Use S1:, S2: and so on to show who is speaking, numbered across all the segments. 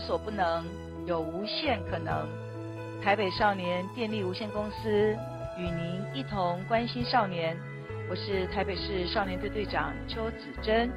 S1: 所不能，有无限可能。台北少年电力无限公司与您一同关心少年，我是台北市少年队队长邱子珍。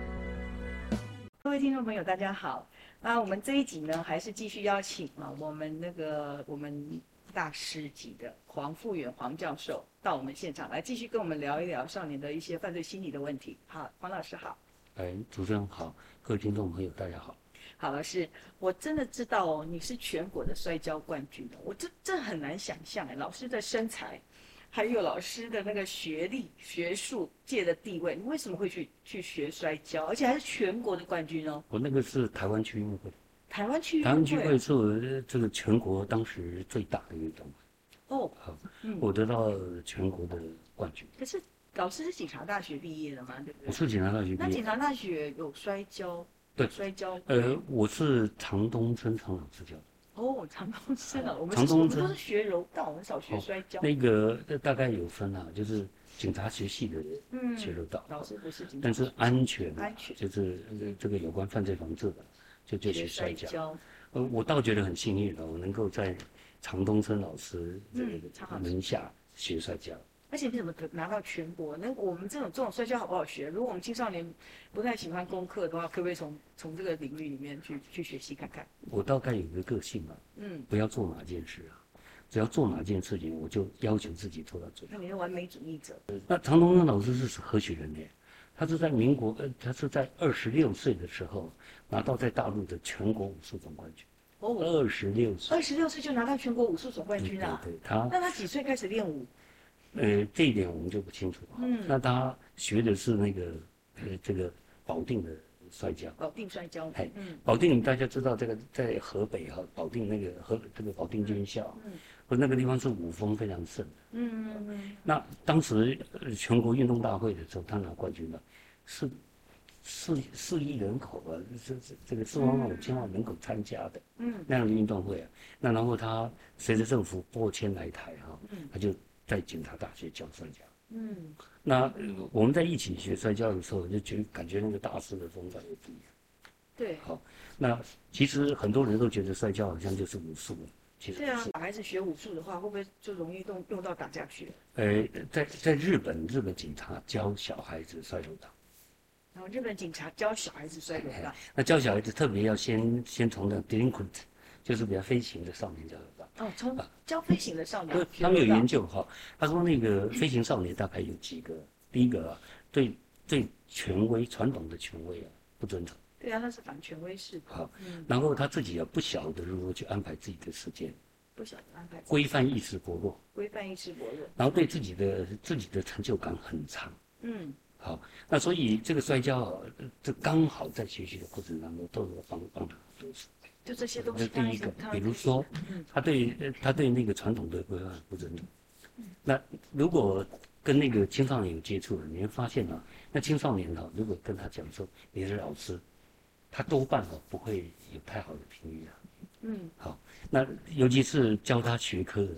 S2: 各位听众朋友，大家好。那我们这一集呢，还是继续邀请啊，我们那个我们大师级的黄复远黄教授到我们现场来，继续跟我们聊一聊少年的一些犯罪心理的问题。好，黄老师好。
S3: 哎，主持人好，各位听众朋友，大家好。
S2: 好老师，我真的知道哦，你是全国的摔跤冠军哦，我这这很难想象哎，老师的身材，还有老师的那个学历、学术界的地位，你为什么会去去学摔跤，而且还是全国的冠军哦？
S3: 我那个是台湾区运动会，
S2: 台湾区运
S3: 台湾区运动
S2: 会
S3: 会是我这个全国当时最大的运动会，
S2: 哦，嗯，
S3: 我得到全国的冠军。
S2: 可是老师是警察大学毕业的嘛，对不
S3: 我
S2: 对？
S3: 是警察大学
S2: 那
S3: 毕
S2: 警
S3: 业，
S2: 察大学有摔跤，
S3: 对
S2: 摔跤，
S3: 呃，我是长东村长老支教的，
S2: 哦，长东生了，我们
S3: 长
S2: 是
S3: 东
S2: 我们都
S3: 生
S2: 是学柔道，很少学
S3: 哦
S2: 摔跤，
S3: 那个呃大概有分啊，就是警察学系的人
S2: 嗯，
S3: 学得到，
S2: 老师不是警察，
S3: 但是安全啊
S2: 安全
S3: 就是呃这个有关犯罪防治的，就就学摔跤。
S2: 跤。
S3: 呃，我倒觉得很幸运啊了，我能够在常东升老师
S2: 嗯
S3: 这
S2: 常
S3: 个
S2: 老师
S3: 门下学摔跤。
S2: 而且你怎么得拿到全国？那我们这种这种摔跤好不好学？如果我们青少年不太喜欢功课的话，可不可以从从这个领域里面去去学习看看？
S3: 我大概有一个个性吧，
S2: 嗯，
S3: 不要做哪件事啊，只要做哪件事情，我就要求自己做到最好。
S2: 那你是完美主义者，
S3: 那常东升老师是何许人也？他是在民国，呃，他是在二十六岁的时候拿到在大陆的全国武术总冠军。
S2: 哦，
S3: 二十六岁，
S2: 二十六岁就拿到全国武术总冠
S3: 对
S2: 军
S3: 对
S2: 啊！
S3: 对，他
S2: 那他几岁开始练武？
S3: 呃这一点我们就不清楚了。
S2: 嗯
S3: 那他学的是那个呃这个保定的摔跤。
S2: 搞哦定摔跤
S3: 哎，
S2: 嗯
S3: 保定大家知道这个在河北哈、保定那个河这个保定军校，
S2: 嗯
S3: 和那个地方是武风非常盛的。
S2: 嗯嗯，
S3: 那当时呃全国运动大会的时候，他拿冠军了，是四四亿人口啊，这这这个四万万五千万人口参加的
S2: 嗯
S3: 那样的运动会啊。那然后他随着政府拨迁来台哈、
S2: 嗯
S3: 他就在警察大学教摔跤。
S2: 嗯，
S3: 那呃我们在一起学摔跤的时候，就觉得感觉那个大师的风范也不一样。
S2: 对
S3: 好，那其实很多人都觉得摔跤好像就是武术，其实
S2: 对
S3: 不
S2: 啊
S3: 是。，
S2: 小孩子学武术的话，会不会就容易用用到打架去？
S3: 呃，在在日本，日本警察教小孩子摔跤道，
S2: 然后日本警察教小孩子摔跤道，
S3: 那教小孩子特别要先先从那 delinquent，就是比较飞行的少年教导。
S2: 哦，从教飞行的少年
S3: 因为，他们
S2: 啊
S3: 有研究哈，他说那个飞行少年大概有几个，第一个啊，对对权威传统的权威啊不遵从，
S2: 对啊，那是反权威式的，
S3: 好，
S2: 嗯，
S3: 然后他自己啊不晓得如何去安排自己的时间，
S2: 不晓得安排。
S3: 规范意识薄弱，
S2: 规范意识薄弱。
S3: 然后对自己的自己的成就感很差。
S2: 嗯，
S3: 好，那所以这个摔跤啊，呃这刚好在学习的过程当中都能帮帮他。
S2: 就这些东
S3: 这
S2: 西。
S3: 第一个，比如说
S2: 嗯，
S3: 他对呃他对那个传统的规范不尊重。
S2: 嗯
S3: 那如果跟那个青少年有接触了，你会发现啊，那青少年啊，如果跟他讲说你是老师，他多半哦不会有太好的评语啊。
S2: 嗯
S3: 那尤其是教他学科的，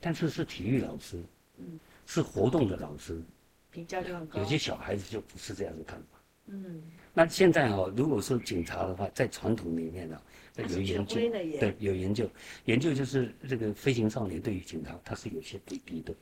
S3: 但是是体育老师，
S2: 嗯，哦
S3: 是活动的老师，
S2: 评价就很高。
S3: 有些小孩子就不是这样的看法。
S2: 嗯，
S3: 那现在哈、如果说警察的话，在传统里面呢、
S2: 他
S3: 有
S2: 啊是权
S3: 研究
S2: 威，的耶。
S3: 对，有研究，研究就是这个飞行少年对于警察他是有些敌意的。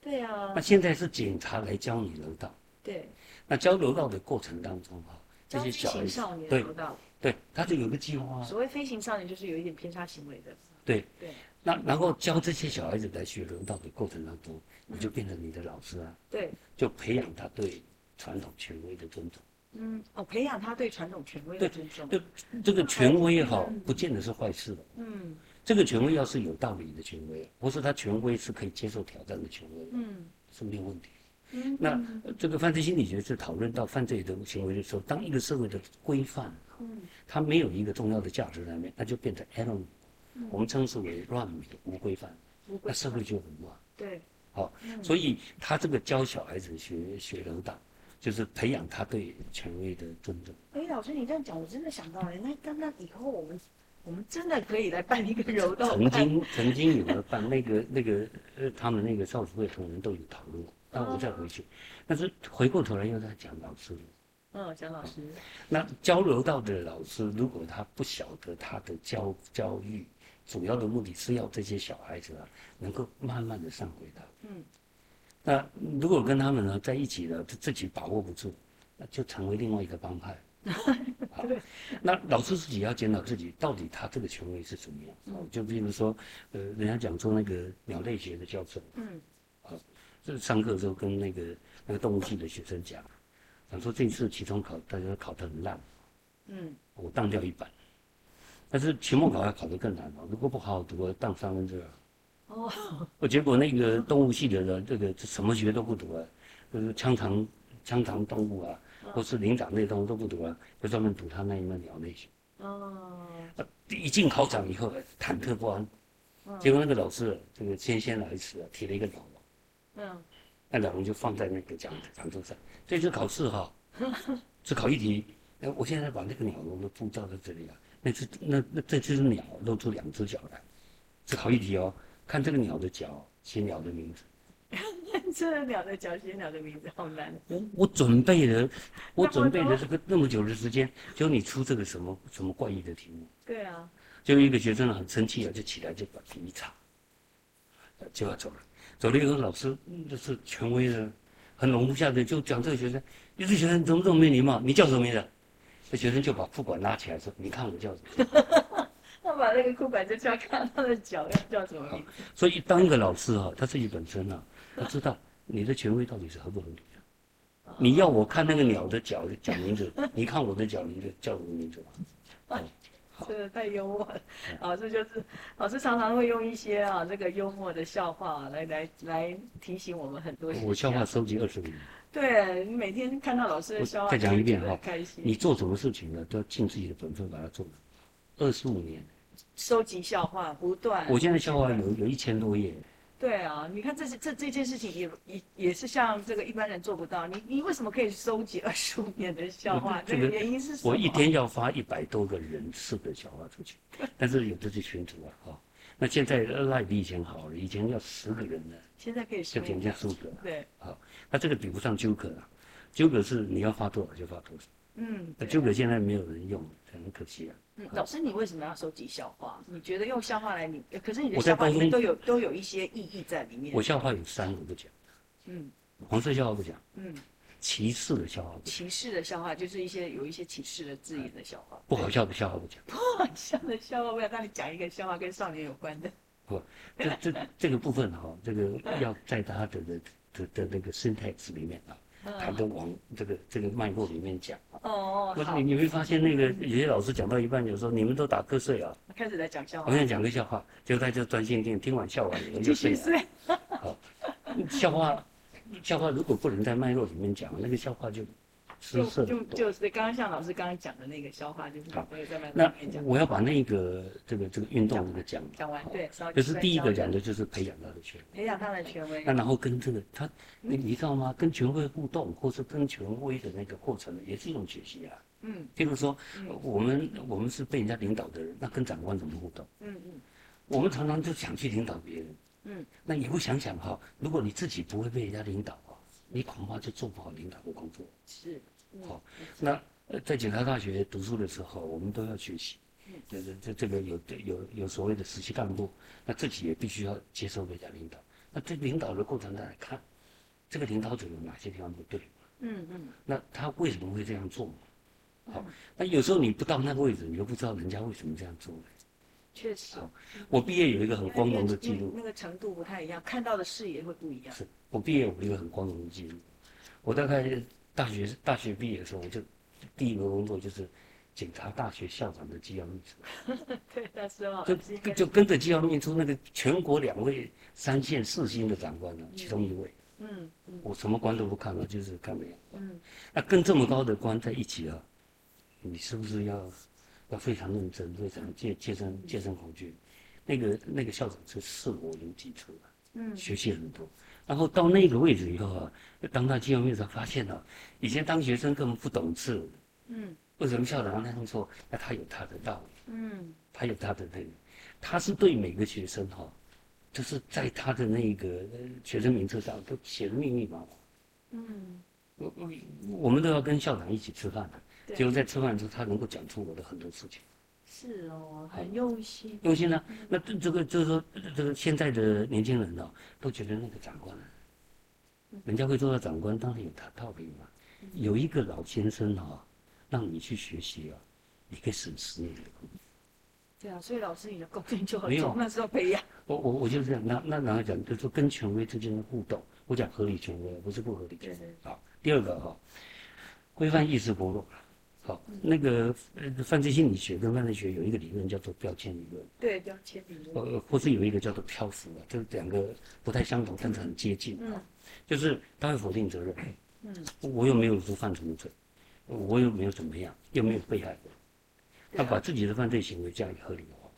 S2: 对啊
S3: 那，现在是警察来教你柔道，
S2: 对，
S3: 那教柔道的过程当中哈、这
S2: 教
S3: 些
S2: 飞
S3: 小孩
S2: 行
S3: 子
S2: 少年
S3: 对
S2: 柔道，
S3: 对他就有个计划啊，
S2: 所谓飞行少年就是有一点偏差行为的。
S3: 对
S2: 对
S3: 那然后教这些小孩子来学柔道的过程当中，你就变成你的老师啊，
S2: 对，
S3: 就培养他对传统权威的尊重。
S2: 嗯，哦，培养他对传统权威的尊重。
S3: 对这个权威哈、不见得是坏事的。
S2: 嗯
S3: 这个权威要是有道理的权威，或是他权威是可以接受挑战的权威，
S2: 嗯
S3: 是没有问题。
S2: 嗯，
S3: 那呃这个犯罪心理学是讨论到犯罪的行为的时候，当一个社会的规范
S2: 嗯，
S3: 它没有一个重要的价值在面，那就变成 enemy，我们称之为乱美无规范，
S2: 无
S3: 那
S2: 关。
S3: 社会就很乱。
S2: 对，嗯
S3: 好，所以他这个教小孩子学学柔道，就是培养他对权威的尊重。
S2: 哎，老师你这样讲，我真的想到了，那那那以后我们我们真的可以来办一个柔道
S3: 曾
S2: 班。
S3: 经曾经有人办那个那个呃，他们那个少数会同仁都有讨论过，那我再回去，但是回过头来又在讲老师，
S2: 嗯，蒋老师，
S3: 那交流道的老师，如果他不晓得他的教教育主要的目的是要这些小孩子啊，能够慢慢的上轨道。
S2: 嗯。
S3: 那如果跟他们呢在一起了，自自己把握不住，那就成为另外一个帮派。好，那老师自己要检讨自己，到底他这个权威是怎么样？哦就比如说，呃，人家讲说那个鸟类学的教授，
S2: 嗯
S3: 就是上课的时候跟那个那个动物系的学生讲，讲说这次期中考大家考得很烂。
S2: 嗯
S3: 我当掉一半。但是期末考要考得更难哦，如果不好好读，我当三分之二。
S2: 哦，
S3: 我结果那个动物系的人，这个什么学都不读啊，就是腔肠腔肠动物啊，或是灵长类动物都不读啊，就专门读他那一门鸟类学。
S2: 哦，
S3: 一进考场以后，忐忑不安。结果那个老师，这个先先来迟啊，提了一个鸟笼，
S2: 嗯
S3: 那鸟笼就放在那个讲讲桌上。这次考试哈、只考一题。哎，我现在把那个鸟笼的布罩在这里啊，那只那那这只鸟露出两只脚来，只考一题哦。看这个鸟的脚，写鸟的名字。
S2: 这鸟的脚，写鸟的名字好难。
S3: 我我准备了，我
S2: 那么
S3: 准备了
S2: 多
S3: 这个那么久的时间，结果你出这个什么什么怪异的题目，
S2: 对啊，
S3: 结果一个学生很生气啊，就起来就把题一擦，呃就要走了。走了以后，老师嗯这是权威的，很容不下的，就讲这个学生，你这学生怎么这么没礼貌？你叫什么名字？这学生就把副管拉起来说：“你看我叫什么？”
S2: 他把那个裤管就抓看他的脚要叫什么名字？
S3: 所以当一个老师啊，他自己本身啊，他知道你的权威到底是合不合理的。你要我看那个鸟的脚脚名字，你看我的脚名字叫什么名字吗？
S2: 真的太幽默了，
S3: 嗯
S2: 老师就是老师常常会用一些啊这个幽默的笑话、啊来来来提醒我们很多事情啊。
S3: 我笑话收集二十年，
S2: 对，你每天看到老师的
S3: 我
S2: 笑话，
S3: 再讲一遍哈
S2: 开心。
S3: 你做什么事情呢，都要尽自己的本分把它做了。二十五年，
S2: 收集笑话不断。
S3: 我现在笑话有有一千多页，
S2: 对啊，你看这是这这件事情也也也是像这个一般人做不到。你你为什么可以收集二十五年的笑话？
S3: 这
S2: 这
S3: 个
S2: 个原因是什么？
S3: 我一天要发一百多个人次的笑话出去，但是有这些群主啊，哈、那现在赖比以前好了，以前要十个人呢，
S2: 现在可以收
S3: 就人
S2: 集。
S3: 家数个了。
S2: 对，
S3: 那这个比不上纠葛啊，纠葛是你要发多少就发多少，
S2: 嗯，
S3: 那
S2: 对
S3: 纠葛现在没有人用，很可惜啊。
S2: 嗯老师，你为什么要收集笑话？你觉得用笑话来你，可是你的
S3: 我在
S2: 笑话里面
S3: 高
S2: 都有都有一些意义在里面
S3: 我。笑话有三个不讲，
S2: 嗯
S3: 黄色笑话不讲，
S2: 嗯，
S3: 歧视的笑话不讲，
S2: 歧视的笑话就是一些有一些歧视的字眼的笑话，
S3: 不好笑的笑话不讲。
S2: 笑的笑话。我想让你讲一个笑话跟少年有关的。
S3: 这这这个部分哈、这个要在他的的的的那个 syntax 里面啊，他
S2: 嗯
S3: 都往这个这个脉络里面讲啊。
S2: 哦，
S3: 我
S2: 好
S3: 你，你会发现那个有些老师讲到一半，有时候你们都打瞌睡啊，
S2: 开始来讲笑
S3: 我
S2: 话，
S3: 想讲个笑话，结果大家专心听，听完笑完以后
S2: 继
S3: 就睡
S2: 续
S3: 了。
S2: 睡。
S3: 笑话，笑话如果不能在脉络里面讲，那个笑话就失
S2: 就
S3: 色
S2: 就
S3: 很多。
S2: 就是刚刚像老师刚刚讲的那个消化，就是
S3: 好
S2: 没有在慢
S3: 那
S2: 慢讲
S3: 我要把那个这个这个运动这个讲，
S2: 讲完，对，稍微
S3: 就是第一个
S2: 讲
S3: 讲的就是培养他的权威，
S2: 培养他的权威
S3: 那，然后跟这个他，你你知道吗？跟权威互动，或是跟权威的那个过程，也是一种学习啊。
S2: 嗯
S3: 譬如说，
S2: 嗯
S3: 我们我们是被人家领导的人，那跟长官怎么互动？
S2: 嗯嗯
S3: 我们常常就想去领导别人，
S2: 嗯，
S3: 那以后想想哈、如果你自己不会被人家领导啊，你恐怕就做不好领导的工作。
S2: 是，嗯
S3: 好那呃在警察大学读书的时候，我们都要学习
S2: 嗯，
S3: 这这这这个有有有所谓的实习干部，那自己也必须要接受人家领导。那对领导的过程再来看，这个领导者有哪些地方不对？
S2: 嗯嗯
S3: 那他为什么会这样做？好，那有时候你不到那个位置，你就不知道人家为什么这样做。
S2: 确实，
S3: 我毕业有一个很光荣的
S2: 因
S3: 记
S2: 为
S3: 录，
S2: 那个程度不太一样，看到的视野会不一样，
S3: 是我毕业有一个很光荣的记录。我大概大学大学毕业的时候，我就第一个工作就是警察大学校长的机要秘书。
S2: 对，那时候
S3: 就
S2: 哦就是应
S3: 就
S2: 该
S3: 就跟着就要命出那个全国两位三线四星的长官呢、啊其中一位，
S2: 嗯嗯
S3: 我什么官都不看了，就是看没有。
S2: 嗯
S3: 那跟这么高的官在一起啊，你是不是要要非常认真，非常戒戒慎戒慎恐惧？那个那个校长是视我如己出啊，
S2: 嗯
S3: 学习很多。然后到那个位置以后啊，当他进入面才发现了、以前当学生根本不懂事，
S2: 嗯
S3: 为什么校长要那样做？那他有他的道理。
S2: 嗯
S3: 他有他的那个，他是对每个学生哈、就是在他的那个呃学生名册上都写的密密麻麻。
S2: 嗯
S3: 我我我们都要跟校长一起吃饭的，
S2: 对
S3: 结果在吃饭之后，他能够讲出我的很多事情，
S2: 是哦，很用心。
S3: 用心呢。那这这个就是说，这个现在的年轻人呢、哦都觉得那个长官啊，人家会做到长官，当然有他道理嘛。有一个老先生哈、让你去学习啊，你可以省十年的功夫
S2: 对啊，所以老师你的贡献就很
S3: 没有
S2: 重，那时候培养。
S3: 我我我就是这样，那那然后讲，就是说跟权威之间的互动，我讲合理权威，不是不合理权
S2: 对
S3: 威啊。第二个哈、规范意识薄弱了。好、
S2: 嗯
S3: 那个呃，犯罪心理学跟犯罪学有一个理论叫做标签理论，
S2: 对，标签理论。
S3: 呃，或是有一个叫做漂浮啊，这两个不太相同，但是很接近。
S2: 嗯
S3: 就是他会否定责任，
S2: 嗯，
S3: 我又没有说犯什么罪，我又没有怎么样，又没有被害过，他
S2: 对啊
S3: 把自己的犯罪行为加以合理化。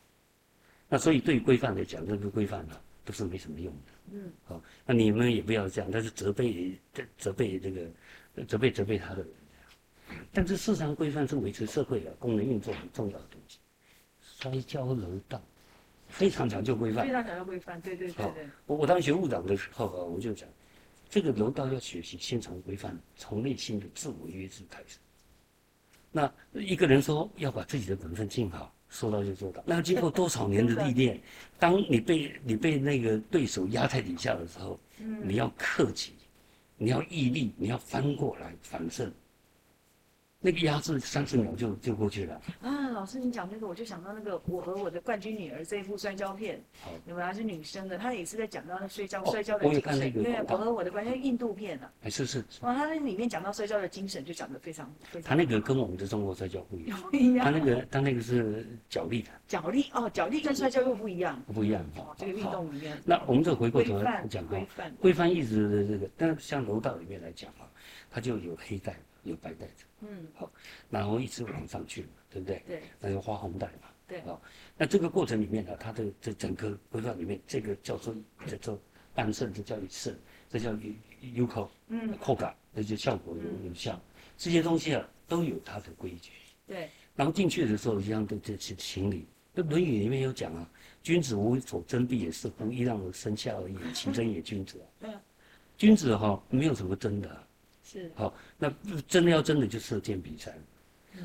S3: 那所以对于规范来讲，这个规范呢、都是没什么用的。
S2: 嗯，
S3: 好、那你们也不要这样，但是责备责责备这个责备责备他的人。但是市场规范是维持社会啊功能运作很重要的东西，摔跤楼道非常讲究规范
S2: 非。常想要规范，对对对对，
S3: 我我当学务长的时候啊，我就讲，这个楼道要学习先从规范，从内心的自我约制开始。那一个人说要把自己的本分尽好，说到就做到。那经过多少年的历练，当你被你被那个对手压在底下的时候，你要克己，你要毅力，你要翻过来反胜。那个压制三十秒就就过去了。
S2: 啊，老师，你讲这个，我就想到那个《我和我的冠军女儿》这一部摔跤片
S3: 好，
S2: 你们还是女生的，她也是在讲到那摔跤
S3: 哦
S2: 摔跤的
S3: 我有
S2: 精
S3: 看那
S2: 神。
S3: 个
S2: 对，
S3: 广
S2: 《
S3: 告
S2: 我和我的冠军》印度片啊，
S3: 哎，是是，是
S2: 哇，她那里面讲到摔跤的精神，就讲得非常非
S3: 他
S2: 常
S3: 那个跟我们的中国摔跤不一样，
S2: 不一
S3: 他
S2: 样。
S3: 那个他那个是脚力的，
S2: 脚力哦，脚力跟摔跤又不一样，
S3: 不一样。
S2: 哦，这个运动里面
S3: 那我们再回过
S2: 规
S3: 头来
S2: 范
S3: 讲哈
S2: 规，范，
S3: 规范意识的这个，但是像楼道里面来讲啊，它就有黑带有白带子，
S2: 嗯，
S3: 然后一直往上去嘛，对不对？
S2: 对
S3: 那就花红带嘛。
S2: 对，
S3: 好，那这个过程里面呢、它的这整个规范里面，这个叫做叫做半胜，这叫一胜，这叫 U U 口
S2: 嗯，
S3: 扣感，这就效果有有效，这些东西啊都有它的规矩。
S2: 对，
S3: 然后进去的时候一样的这些行礼。那《论语》里面有讲啊，君子无所争必也是乎，揖让而生下而已，其争也君子啊。
S2: 嗯，
S3: 君子哈、没有什么争的啊、
S2: 是，
S3: 好、那真的要争的就射箭比赛。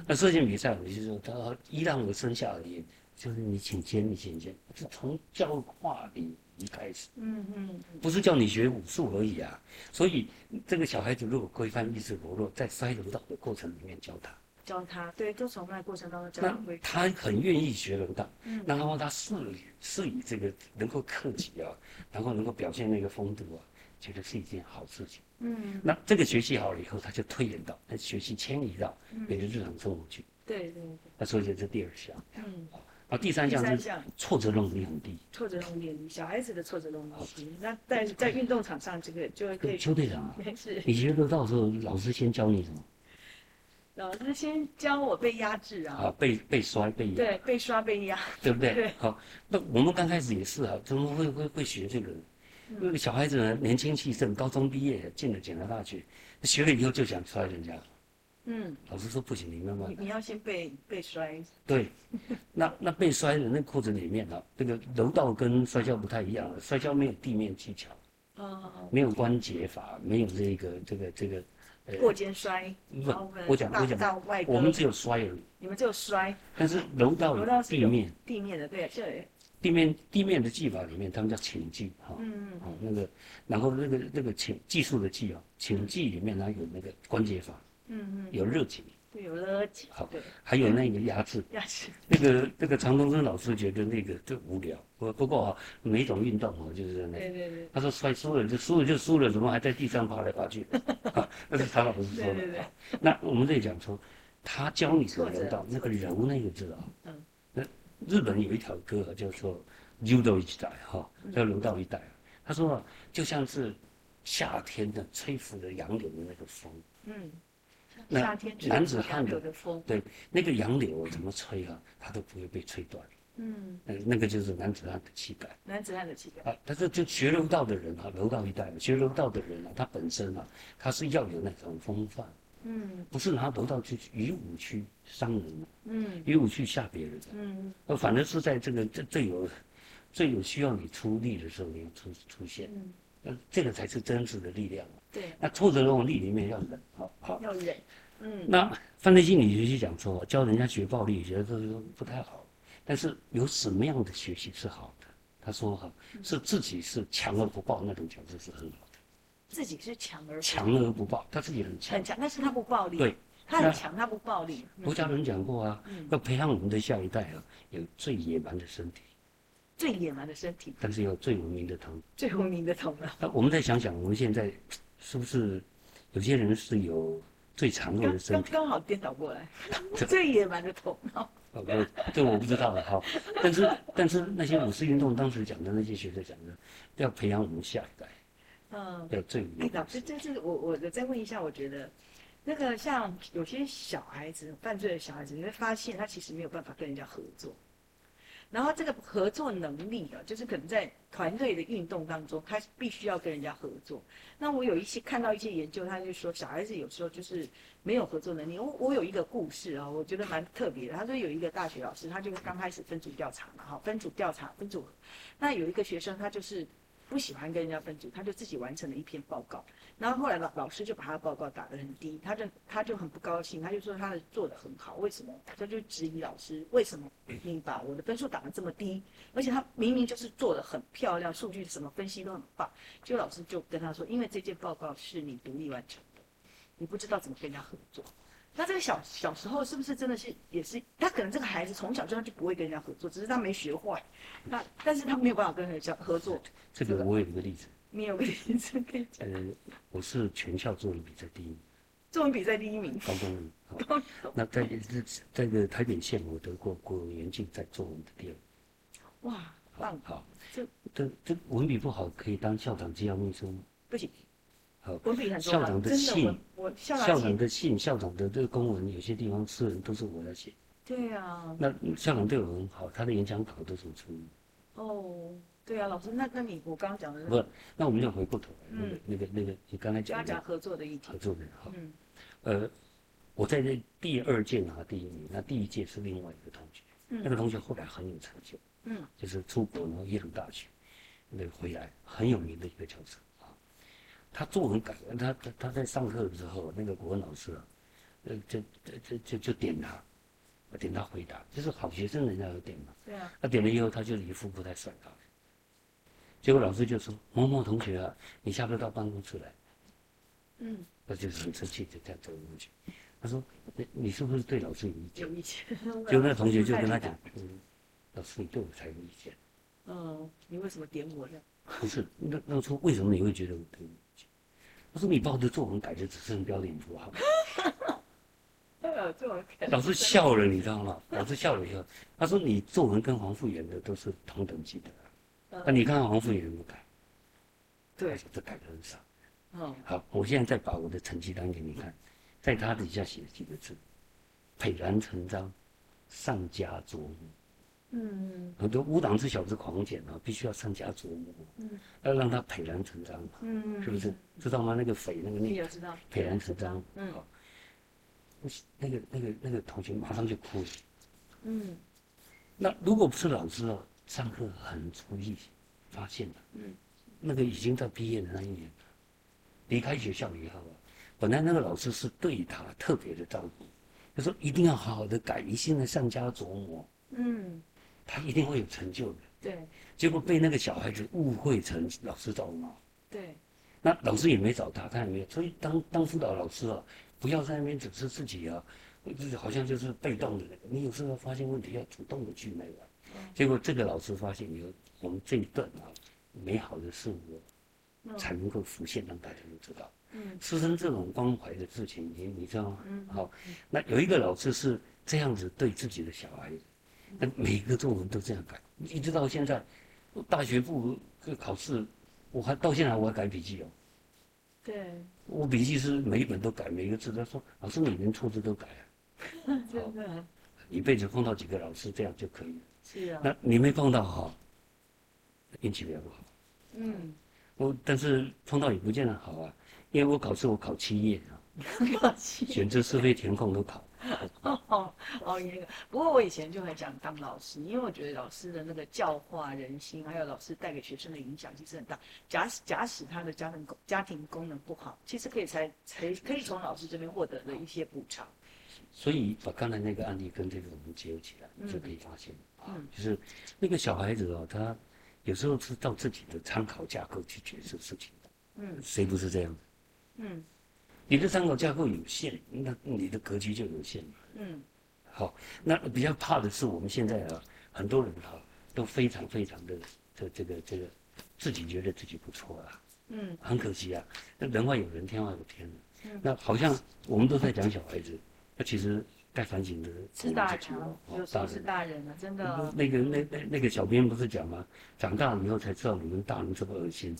S3: 那射箭比赛，我就说他揖让而生下而已，就是你请先，你请先，是从教化礼仪开始。
S2: 嗯嗯，
S3: 不是叫你学武术而已啊。所以这个小孩子如果规范意识薄弱，在摔楼道的过程里面教他，
S2: 教她，对，就从那过程当中教她
S3: 那
S2: 规范，
S3: 他很愿意学柔道，
S2: 嗯
S3: 然后他是以是以这个能够克己啊，然后能够表现那个风度啊，觉得是一件好事情。
S2: 嗯，
S3: 那这个学习好了以后，他就推演到，他学习迁移到
S2: 嗯
S3: 别的日常生活去。
S2: 对对对，
S3: 那所以这是第二项，
S2: 嗯，
S3: 啊，第三
S2: 第
S3: 项
S2: 三
S3: 是
S2: 项。
S3: 挫折动力很低。
S2: 挫折容易，小孩子的挫折容易。那在在运动场上，这个就可以
S3: 邱队长啊，
S2: 没事。
S3: 你学柔道的时候，老师先教你什么？
S2: 老师先教我被压制啊，
S3: 啊，被被摔被压，
S2: 对，被刷被压，
S3: 对不对
S2: 对？
S3: 好，那我们刚开始也是啊，怎么会会会学这个？
S2: 嗯
S3: 那个小孩子呢，年轻气盛，高中毕业进了检察大学，学了以后就想摔人家。
S2: 嗯，
S3: 老师说不行，你慢慢
S2: 你
S3: 来。
S2: 你要先被被摔，
S3: 对，那那被摔的那过程里面啊，这个柔道跟摔跤不太一样，摔跤没有地面技巧，
S2: 嗯，
S3: 没有关节法，没有这个这个这个，呃
S2: 过肩摔，
S3: 不
S2: 然后呢，
S3: 我讲
S2: 大
S3: 我讲，
S2: 到外
S3: 我
S2: 勾，
S3: 们只有摔而已，
S2: 你们只有摔，
S3: 但是柔道
S2: 柔道
S3: 有
S2: 是
S3: 地
S2: 有
S3: 面
S2: 地面的对对，
S3: 地面地面的技法里面，他们叫请技哈。
S2: 嗯
S3: 哦，那个，然后那个那个请技术的技啊，请技里面呢有那个关节法，
S2: 嗯嗯，
S3: 有热情，
S2: 对，有了解，
S3: 好
S2: 对，
S3: 还有那个压制。
S2: 压制，
S3: 那个那个常东升老师觉得那个就无聊，不不过啊，每一种运动啊就是那个
S2: 对对对
S3: 他说摔输了就输了就输了，怎么还在地上爬来爬去？ 啊那是常老师说
S2: 对
S3: 的。
S2: 对对，
S3: 那我们这里讲说，他教你怎么
S2: 挫
S3: 柔
S2: 折
S3: 道，那个柔那个字啊，
S2: 嗯，
S3: 那日本有一条歌啊叫做 judo 一代哈，叫柔道一代啊。他说啊，就像是夏天的吹拂着杨柳的那个风，
S2: 嗯，
S3: 那
S2: 夏天吹
S3: 男子
S2: 着
S3: 汉
S2: 杨
S3: 的
S2: 柳的风，
S3: 对，那个杨柳啊怎么吹啊，它都不会被吹断。
S2: 嗯，
S3: 那那个就是男子汉的气概
S2: 男子汉的气概，
S3: 啊。但是就学柔道的人啊，柔道一代学柔道的人啊，他本身啊，他是要有那种风范，
S2: 嗯
S3: 不是拿柔道去以武去伤人，啊
S2: 嗯
S3: 以武去吓别人的。
S2: 嗯，
S3: 呃，反正是在这个最最有最有需要你出力的时候，你要出出现
S2: 嗯，
S3: 那这个才是真实的力量。
S2: 对，
S3: 那挫折的往力里面要忍，好好。
S2: 要忍，嗯，
S3: 那犯罪心理学就讲说，教人家学暴力，觉得这个不太好。但是有什么样的学习是好的？他说哈，是自己是强而不暴那种强势是很好的，
S2: 自己是强而
S3: 强而不暴，他自己很强
S2: 很。强，但是他不暴力，
S3: 对，
S2: 他很
S3: 那
S2: 强，他不暴力，嗯
S3: 佛家人讲过啊，
S2: 嗯
S3: 要培养我们的下一代啊，有最野蛮的身体，
S2: 最野蛮的身体，
S3: 但是有最文明的头脑。
S2: 最文明的头脑。
S3: 那呃我们再想想，我们现在是不是有些人是有最孱弱
S2: 刚
S3: 的身
S2: 刚
S3: 体？
S2: 刚好颠倒过来，最野蛮的头脑，
S3: 呃， 我这我不知道了哈。但是但是那些五四运动当时讲的那些学者讲的，要培养我们下一代，
S2: 嗯。
S3: 要最
S2: 哎
S3: 明，
S2: 老师，这是我我我再问一下，我觉得那个像有些小孩子犯罪的小孩子，你会发现他其实没有办法跟人家合作，然后这个合作能力啊，就是可能在团队的运动当中，他必须要跟人家合作。那我有一些看到一些研究，他就说小孩子有时候就是没有合作能力。我我有一个故事啊，我觉得蛮特别的。他说有一个大学老师，他就刚开始分组调查嘛，哈，分组调查，分组，那有一个学生他就是不喜欢跟人家分组，他就自己完成了一篇报告。然后后来老老师就把他的报告打得很低，他就他就很不高兴，他就说他的做得很好，为什么？他就质疑老师为什么你把我的分数打得这么低，而且他明明就是做得很漂亮，数据什么分析都很棒。结果老师就跟他说，因为这件报告是你独立完成的，你不知道怎么跟人家合作。那这个小小时候是不是真的是也是他可能这个孩子从小就他就不会跟人家合作，只是他没学坏，那但是他没有办法跟人家合作。
S3: 这个我有一个例子，
S2: 你有个例子可以讲，
S3: 呃，我是全校作文比赛第一名，
S2: 作文比赛第一名。
S3: 高 中文。好，那在在这个台北县，我得过国文研进在作文的第二名。
S2: 哇，
S3: 好
S2: 棒，，
S3: 好
S2: 这
S3: 这这文笔不好可以当校长机要秘书吗？
S2: 不行，
S3: 好，
S2: 文笔很重
S3: 校
S2: 要，
S3: 长的
S2: 真
S3: 信
S2: 我我校
S3: 校
S2: 长
S3: 长
S2: 信，
S3: 的信、校长的这个公文，有些地方私人都是我来写。
S2: 对啊，
S3: 那校长对我很好，他的演讲稿都是我出的。
S2: 哦，对啊，老师，那那你我刚刚讲的那
S3: 不
S2: 个，
S3: 那我们就回过头来，
S2: 嗯
S3: 那个、那个、那个，你刚才
S2: 刚
S3: 讲
S2: 刚
S3: 的
S2: 讲合作的议题
S3: 合，作的好，
S2: 嗯
S3: 呃，我在这第二届拿第一名，那第一届是另外一个同学，那个
S2: 嗯
S3: 同学后来很有成就，
S2: 嗯，
S3: 就是出国然后耶鲁大学，那个回来很有名的一个教授啊。他作文改，他他他在上课的时候，那个国文老师啊，呃，就就就就就点他，点他回答，就是好学生人家有点嘛。
S2: 对啊，
S3: 他点了以后，他就一副不太爽他。结果老师就说：“某某同学啊，你下课到办公室来。
S2: 嗯，”
S3: 他就是很生气，就这样走过去。他说：“你你是不是对老师有意见
S2: 有意见，？”
S3: 结果那同学就跟他讲：“嗯，老师，你对我才有意见。
S2: 嗯，你为什么点我呢？
S3: 不是，那那说为什么你会觉得我对你有意见？”他说：“你把我的作文改的只剩标点符号。
S2: 呃，这种”
S3: 老师笑了，你知道吗？老师笑了以后，他说：“你作文跟黄复原的都是同等级的，那
S2: 呃，
S3: 你看看黄复原有没有改？”
S2: 对，
S3: 这改的很少。
S2: 嗯，
S3: 好，我现在再把我的成绩单给你看，在它底下写了几个字：沛然成章，上佳琢磨。
S2: 嗯
S3: 很多无党之小之狂犬啊，必须要上佳琢磨，
S2: 嗯
S3: 要让它沛然成章嘛，
S2: 嗯，
S3: 是不是？？知道吗？那个匪那个
S2: 你
S3: 那
S2: 也知道，
S3: 沛然成章，
S2: 嗯
S3: 好，不是那个那个那个同学马上就哭了。
S2: 嗯
S3: 那如果不是老师啊，上课很注意，发现了，
S2: 嗯
S3: 那个已经到毕业的那一年了，离开学校以后啊，本来那个老师是对他特别的照顾，他说一定要好好的改，你现在上家琢磨，
S2: 嗯，
S3: 他一定会有成就的。
S2: 对
S3: 结果被那个小孩子误会成老师照顾，
S2: 对，
S3: 那老师也没找他，他也没有。所以当当辅导老师啊，不要在那边只是自己啊，就是好像就是被动的那个，你有时候发现问题要主动的去那个。
S2: 嗯
S3: 结果这个老师发现以后，我们这一段啊美好的事物啊
S2: 嗯
S3: 才能够浮现，让大家都知道。
S2: 嗯
S3: 师生这种关怀的事情，你你知道吗？
S2: 嗯
S3: 好，那有一个老师是这样子对自己的小孩子，那每一个作文都这样改，一直到现在，大学部考试，我还到现在我还改笔记哦。
S2: 对，
S3: 我笔记是每一本都改，每一个字。他说：“老师，你连错字都改、啊，
S2: 真的
S3: 一辈子碰到几个老师这样就可以了。
S2: 是啊，
S3: 那你没碰到好，运气比较不好。
S2: 嗯
S3: 我但是碰到也不见得好啊，因为我考试我考七页啊，
S2: 不客气。
S3: 选择是非填空都考。
S2: 哦哦，那个。不过我以前就很想当老师，因为我觉得老师的那个教化人心，还有老师带给学生的影响其实很大。假使假使他的家庭功家庭功能不好，其实可以才才可以从老师这边获得的一些补偿。
S3: 所以把刚才那个案例跟这个我们结合起来，就可以发现啊
S2: 嗯，
S3: 就是那个小孩子哦，他有时候是照自己的参考架构去解释事情的，
S2: 嗯
S3: 谁不是这样？
S2: 嗯
S3: 你的参考架构有限，那你的格局就有限嘛。
S2: 嗯
S3: 好，那比较怕的是我们现在啊，很多人啊都非常非常的这这个这个自己觉得自己不错啊，
S2: 嗯
S3: 很可惜啊，那人外有人，天外有天啊
S2: 嗯
S3: 那好像我们都在讲小孩子，那其实该反省的
S2: 是大
S3: 人
S2: 人了，
S3: 哦
S2: 有时候是大人了，啊真的。
S3: 嗯那个那那那个小编不是讲吗？长大了以后才知道你们大人这么恶心。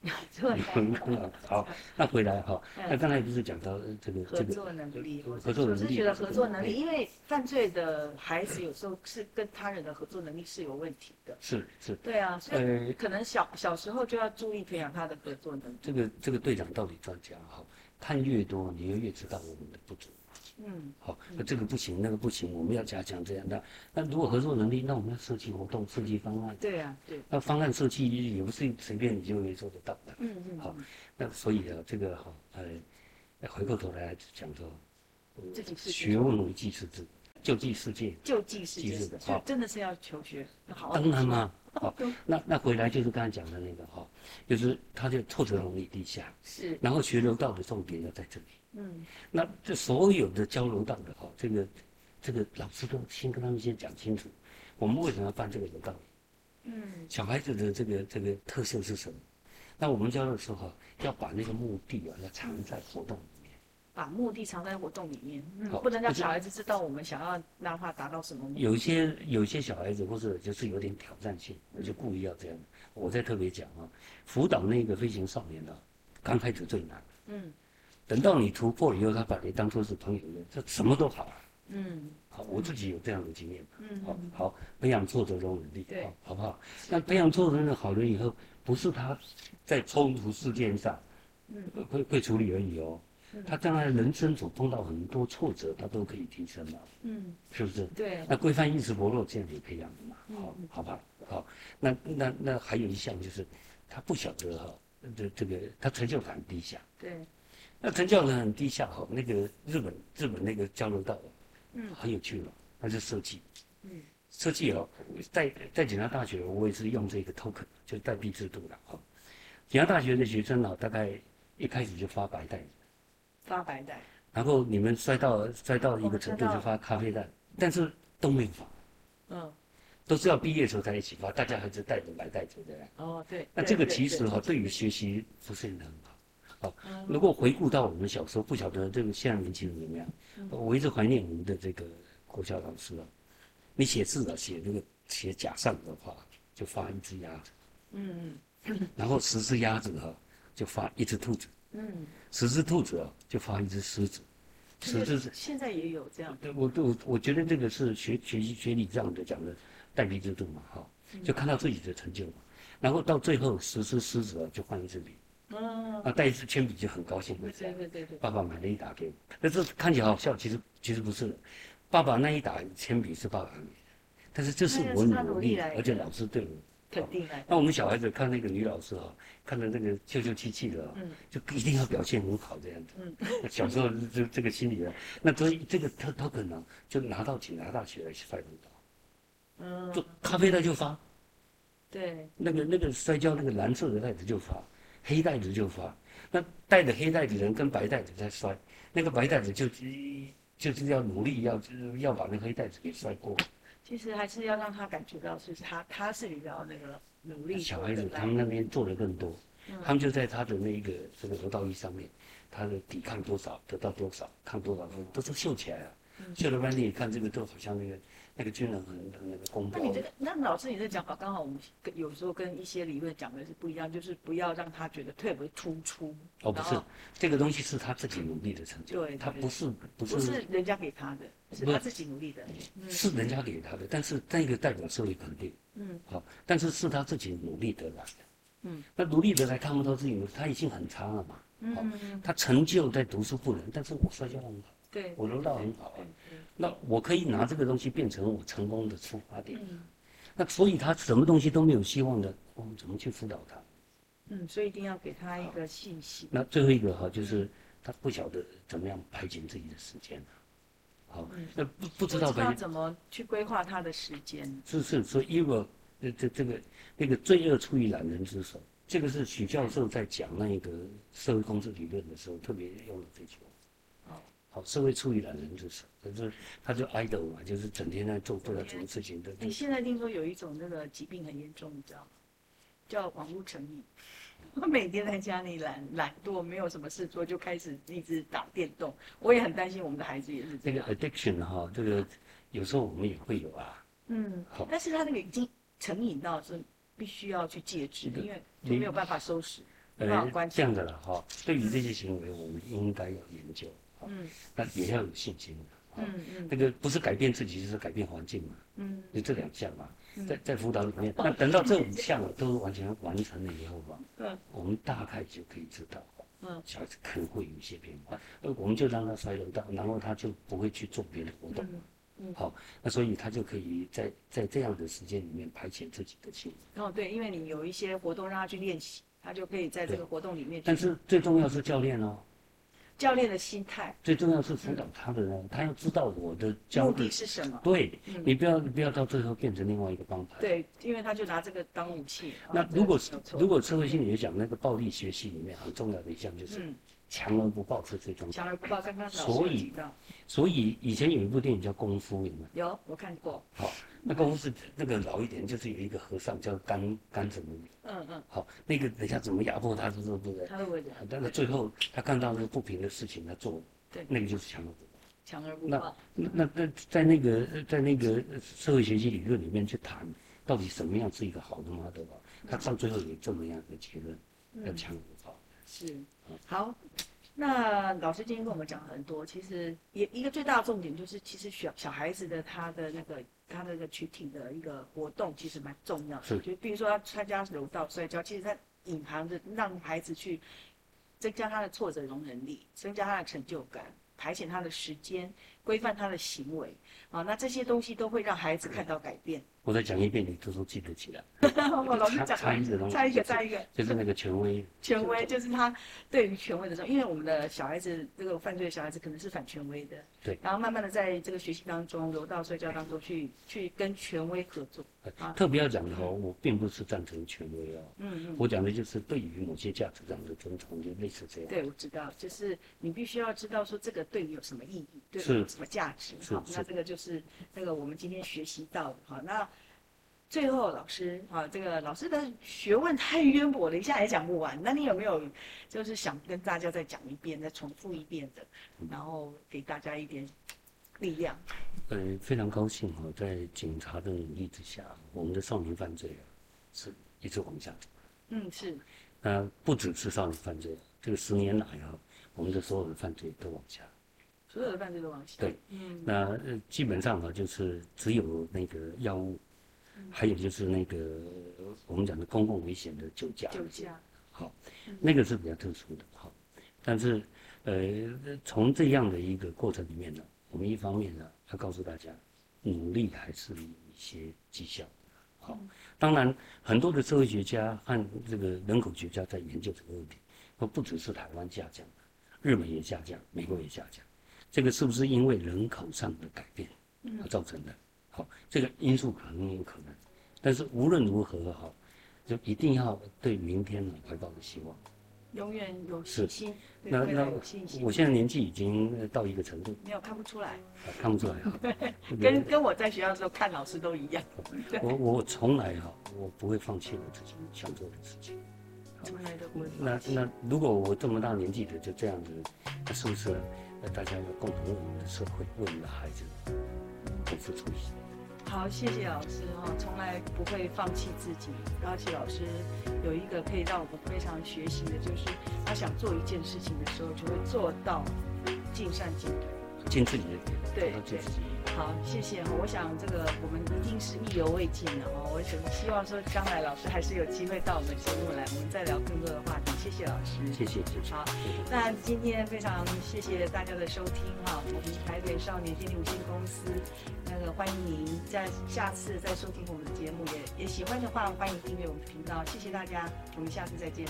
S2: 对，
S3: 好， 那回来哈，那
S2: 嗯
S3: 刚才不是讲到呃这个
S2: 合
S3: 这个
S2: 作能力，
S3: 合
S2: 我
S3: 作能
S2: 我是
S3: 力哎
S2: 觉得合作能
S3: 对
S2: 力，因为犯罪的孩子有时候是跟他人的合作能力是有问题的。
S3: 是是
S2: 对啊，所以
S3: 呃，
S2: 可能小小时候就要注意培养他的合作能力。
S3: 这个这个队长到底专家哈，看越多，你就越知道我们的不足。
S2: 嗯
S3: 好，那这个不行，那个不行，我们要加强这样那那如果合作能力，那我们要设计活动、设计方案，。
S2: 对啊，对，
S3: 那方案设计也不是随便你就能做得到的。
S2: 嗯嗯
S3: 好
S2: 嗯，
S3: 那所以啊，这个哈，呃，回过头来讲说，嗯
S2: 自己是
S3: 学问为济世之，救济世界，
S2: 救济世
S3: 记
S2: 界
S3: 事
S2: 是
S3: 的
S2: 就
S3: 好
S2: 真的是要求学，好好
S3: 当然
S2: 读书，
S3: 嘛。好
S2: 哦对，
S3: 那那回来就是刚才讲的那个哈，就是他就挫折容易低下，
S2: 是，
S3: 然后学柔道的重点要在这里。
S2: 嗯
S3: 那这所有的教柔道的哈，这个这个老师都先跟他们先讲清楚，我们为什么要办这个柔道？
S2: 嗯
S3: 小孩子的这个这个特色是什么？那我们教的时候啊要把那个目的啊，要藏在活动里面。
S2: 把目的藏在活动里面，嗯
S3: 好
S2: 不能让
S3: 而且
S2: 小孩子知道我们想要让他达到什么目的。
S3: 有一些有一些小孩子或者就是有点挑战性，我就故意要这样。我再特别讲啊，辅导那个飞行少年啊，刚开始最难，
S2: 嗯
S3: 等到你突破以后，他把你当做是朋友了，这什么都好啊。
S2: 嗯
S3: 好，我自己有这样的经验。
S2: 嗯
S3: 好好培养挫折容忍力，
S2: 对
S3: 好好不好？那培养挫折容忍好了以后，不是他在冲突事件上
S2: 嗯
S3: 会会会处理而已哦，
S2: 嗯
S3: 他将来人生所碰到很多挫折，他都可以提升嘛，
S2: 嗯，
S3: 是不是？
S2: 对，
S3: 那规范意识薄弱这样也培养的嘛，
S2: 嗯
S3: 好
S2: 嗯，
S3: 好吧，好。那那那还有一项就是，他不晓得哈、这这个他成就感很低下，
S2: 对，
S3: 那成就感很低下哈、那个日本日本那个交流道
S2: 嗯
S3: 很有趣了、那是设计。
S2: 嗯
S3: 设计哦，在在警察大学，我也是用这个 token，就是代币制度了哈、警察大学的学生哦，大概一开始就发白带，
S2: 发白带，
S3: 然后你们摔到摔到一个程度
S2: 我知道
S3: 就发咖啡蛋，但是都没有发，
S2: 嗯，
S3: 都是要毕业的时候才一起发，大家还是带着白带走的来。
S2: 哦对，
S3: 那
S2: 对
S3: 这个
S2: 对
S3: 其
S2: 对
S3: 实哈、哦对于学习不是很好。
S2: 嗯
S3: 如果回顾到我们小时候，不晓得这个现在年轻人怎么样，
S2: 嗯
S3: 我一直怀念我们的这个国小老师啊，你写字啊，写那个写假上的话，就发一只鸭。
S2: 嗯
S3: 然后十只鸭子啊，就发一只兔子；
S2: 嗯
S3: 十只兔子啊，就发一只狮子；十
S2: 嗯，
S3: 只
S2: 是现在也有这样，
S3: 对我我我觉得这个是学学习学理上的讲的代币制度嘛，哈、
S2: 嗯
S3: 就看到自己的成就嘛。然后到最后十只狮子啊，就换一支笔，
S2: 嗯，
S3: 啊，带一支铅笔就很高兴
S2: 对
S3: 的
S2: 对对对对，
S3: 爸爸买了一打给我，那这看起来好笑，其实其实不是的。爸爸那一打铅笔是爸爸给的，但是这是
S2: 那个
S3: 我
S2: 哎是他努
S3: 努
S2: 力
S3: 力
S2: 来，的
S3: 而且老师对我。
S2: 肯定啊的，
S3: 那我们小孩子看那个女老师啊，看到那个秀秀气气的啊，
S2: 嗯
S3: 就一定要表现很好这样子。
S2: 嗯
S3: 那 小时候这这个心理啊，那所以这个他他可能就拿到警察大学来摔东倒，
S2: 嗯，
S3: 就咖啡袋就发，
S2: 对，
S3: 那个那个摔跤那个蓝色的袋子就发，黑袋子就发。那带着黑袋子的人跟白袋子在摔，那个白袋子就就是要努力要要把那个黑袋子给摔过。
S2: 其实还是要让他感觉到，就是他他是比较那个努力
S3: 小
S2: 的
S3: 孩子
S2: 来
S3: 他们那边做的更多，
S2: 嗯
S3: 他们就在他的那个这个柔道衣上面，他的抵抗多少，得到多少，抗多少分，都是秀起来了。
S2: 嗯
S3: 秀了半天，一看这个都好像那个那个军人很很那个功
S2: 那
S3: 标
S2: 你这个，那老师你这讲法刚好我们跟有时候跟一些理论讲的是不一样，就是不要让他觉得特别突出，
S3: 哦，不
S2: 然
S3: 是
S2: 后，
S3: 这个东西是他自己努力的成就，
S2: 对
S3: 他
S2: 对
S3: 不是不
S2: 不是
S3: 是
S2: 人家给他的，是
S3: 不
S2: 他
S3: 是
S2: 自己努力的，嗯
S3: 是人家给他的，但是那个代表社会肯定
S2: 嗯
S3: 好，但是是他自己努力得来的。
S2: 嗯，
S3: 那努力得来看不到自己努力，他已经很差了嘛。
S2: 嗯，
S3: 他成就在读书不能，但是我摔跤很好，
S2: 对，
S3: 我柔道很好啊
S2: 对，对
S3: 那我可以拿这个东西变成我成功的出发点。
S2: 嗯
S3: 那所以他什么东西都没有希望的，我们怎么去辅导他？
S2: 嗯，所以一定要给他一个信息。
S3: 那最后一个哈，就是他不晓得怎么样排遣自己的时间，好
S2: 嗯，
S3: 那不不知道
S2: 不
S3: 排
S2: 知道
S3: 遣，
S2: 怎么去规划他的时间。
S3: 是是说因为这这这个那个罪恶出于懒人之手，这个是许教授在讲那个社会工作理论的时候特别用的这句话
S2: 哦。
S3: 好，社会出于懒人之手，可是他就 idol 嘛，就是整天在做不知道什么事情的。
S2: 你现在听说有一种那个疾病很严重，你知道吗？叫网络成瘾。我每天在家里懒懒惰，没有什么事做，就开始一直打电动。我也很担心我们的孩子也是这
S3: 这个
S2: 样。
S3: addiction 哈、这个有时候我们也会有啊。
S2: 嗯
S3: 好，
S2: 但是他那个已经成瘾到是必须要去戒止，
S3: 这个
S2: 因为就没有办法收拾。没办法
S3: 呃，
S2: 关
S3: 这样的了哈、对于这些行为，我们应该要研究，
S2: 嗯
S3: 那也要有信心的。啊，
S2: 嗯嗯
S3: 那个不是改变自己，就是改变环境嘛，
S2: 嗯
S3: 就这两项嘛，在
S2: 嗯
S3: 在辅导里面，那等到这五项我都完全完成了以后吧，
S2: 嗯，
S3: 我们大概就可以知道，
S2: 嗯，
S3: 小孩子可能会有一些变化，呃，我们就让他摔楼道，然后他就不会去做别的活动，
S2: 嗯。
S3: 那所以他就可以在在这样的时间里面排遣自己的心。
S2: 哦，对，因为你有一些活动让他去练习，他就可以在这个活动里面去。
S3: 但是最重要是教练哦，
S2: 教练的心态
S3: 最重要是辅导他的人，他要知道我的焦
S2: 目的
S3: 虑。
S2: 是什么？
S3: 对
S2: 嗯
S3: 你不要你不要到最后变成另外一个帮派。。
S2: 对，因为他就拿这个当武器。
S3: 那
S2: 啊
S3: 如果
S2: 这个没有错
S3: 如果社会心理学讲那个暴力学习里面很重要的一项就是
S2: 嗯，
S3: 强而不暴是最重要。
S2: 强而不暴，刚刚老师
S3: 所
S2: 有
S3: 以
S2: 提到，
S3: 所以以前有一部电影叫《功夫》，有没有？
S2: 有我看过，
S3: 好，那功夫是那个老一点，就是有一个和尚叫甘甘什么，
S2: 嗯嗯，
S3: 好，那个人家怎么压迫他，是不是？
S2: 他会不会这样
S3: 但是最后他看到那个不平的事情，他做，
S2: 对
S3: 那个就是强而不暴。
S2: 强而不
S3: 那
S2: 暴？
S3: 那那在那个在那个社会学习理论里面去谈，到底什么样是一个好的 model 啊？他到最后有这么样的结论，要
S2: 嗯，
S3: 强而不暴。
S2: 是
S3: 嗯
S2: 好。那老师今天跟我们讲了很多，其实也一个最大的重点就是，其实小小孩子的他的那个他的那个群体的一个活动其实蛮重要的，
S3: 是
S2: 就比如说他参加柔道、摔跤，其实他隐含着让孩子去增加他的挫折容忍力，增加他的成就感，排遣他的时间，规范他的行为啊，那这些东西都会让孩子看到改变。
S3: 我再讲一遍，你都都记得起来。
S2: 我老师
S3: 差
S2: 讲
S3: 差一
S2: 了，
S3: 个东西，
S2: 再一个，再一个。
S3: 就是那个权威，
S2: 权威就是他对于权威的时候，因为我们的小孩子这个犯罪的小孩子可能是反权威的，
S3: 对，
S2: 然后慢慢的在这个学习当中、柔道、摔跤当中去去跟权威合作，啊
S3: 特别要讲的哦，我并不是赞成权威哦，
S2: 嗯嗯，
S3: 我讲的就是对于某些价值上的尊崇，就类似这样。
S2: 对，我知道，就是你必须要知道说这个对你有什么意义，对
S3: 是
S2: 你有什么价值，
S3: 是
S2: 好，
S3: 是
S2: 那这个就是那个我们今天学习到的，好，那。最后，老师啊，这个老师的学问太渊博了，一下也讲不完。那你有没有就是想跟大家再讲一遍、再重复一遍的，然后给大家一点力量？
S3: 嗯、非常高兴哦，在警察的努力之下，我们的少年犯罪啊，是一直往下走。
S2: 嗯，是，
S3: 那不只是少年犯罪，这个十年来啊，我们的所有的犯罪都往下。
S2: 所有的犯罪都往下。
S3: 对，
S2: 嗯
S3: 那呃基本上啊，就是只有那个药物，还有就是那个呃我们讲的公共危险的酒驾，
S2: 酒驾，
S3: 好，那个是比较特殊的，好，但是呃，从这样的一个过程里面呢，我们一方面呢要告诉大家，努力还是有一些绩效的，好，当然很多的社会学家和这个人口学家在研究这个问题，说不只是台湾下降，日本也下降，美国也下降，这个是不是因为人口上的改变而造成的？好，这个因素可能有可能，但是无论如何哈。就一定要对明天呢怀抱着希望。
S2: 永远有信
S3: 是
S2: 心，对
S3: 那
S2: 未来
S3: 那
S2: 有信心
S3: 我。现在年纪已经呃到一个程度，
S2: 没有看不出来，
S3: 啊看不出来 哈。这
S2: 跟
S3: 个
S2: 跟我在学校的时候看老师都一样。
S3: 我我从来哈，我不会放弃我自己想做的事情。
S2: 从来都不会
S3: 那那如果我这么大年纪的就这样子，那是不是呃大家要共同为我们的社会、为我们的孩子，多付出一些？
S2: 好，谢谢老师哈、从来不会放弃自己。而且老师有一个可以让我们非常学习的，就是他想做一件事情的时候，就会做到尽善尽美。
S3: 尽自己的，
S2: 对
S3: 做到尽自己。
S2: 好，谢谢。我想这个我们一定是意犹未尽的哦。我想希望说将来老师还是有机会到我们节目来，我们再聊更多的话题。谢谢老师。
S3: 谢谢，谢谢
S2: 好。
S3: 谢谢
S2: 那今天非常谢谢大家的收听哈、我们台北少年电力无限公司，那个欢迎您在下次再收听我们的节目，也也喜欢的话欢迎订阅我们的频道，谢谢大家，我们下次再见，